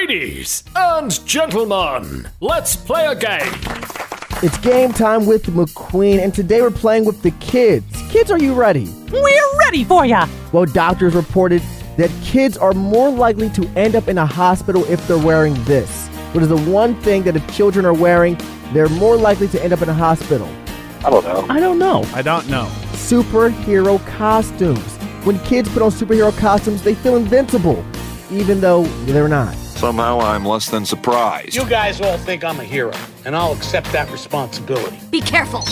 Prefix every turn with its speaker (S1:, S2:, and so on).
S1: Ladies and gentlemen, let's play a game.
S2: It's game time with McQueen, and today we're playing with the kids. Kids, are you ready?
S3: We're ready for ya!
S2: Well, doctors reported that kids are more likely to end up in a hospital if they're wearing this, which is the one thing that if children are wearing, they're more likely to end up in a hospital.
S4: I don't know.
S2: I don't know.
S5: I don't know.
S2: Superhero costumes. When kids put on superhero costumes, they feel invincible, even though they're not.
S4: Somehow I'm less than surprised.
S6: You guys all think I'm a hero, and I'll accept that responsibility.
S7: Be careful.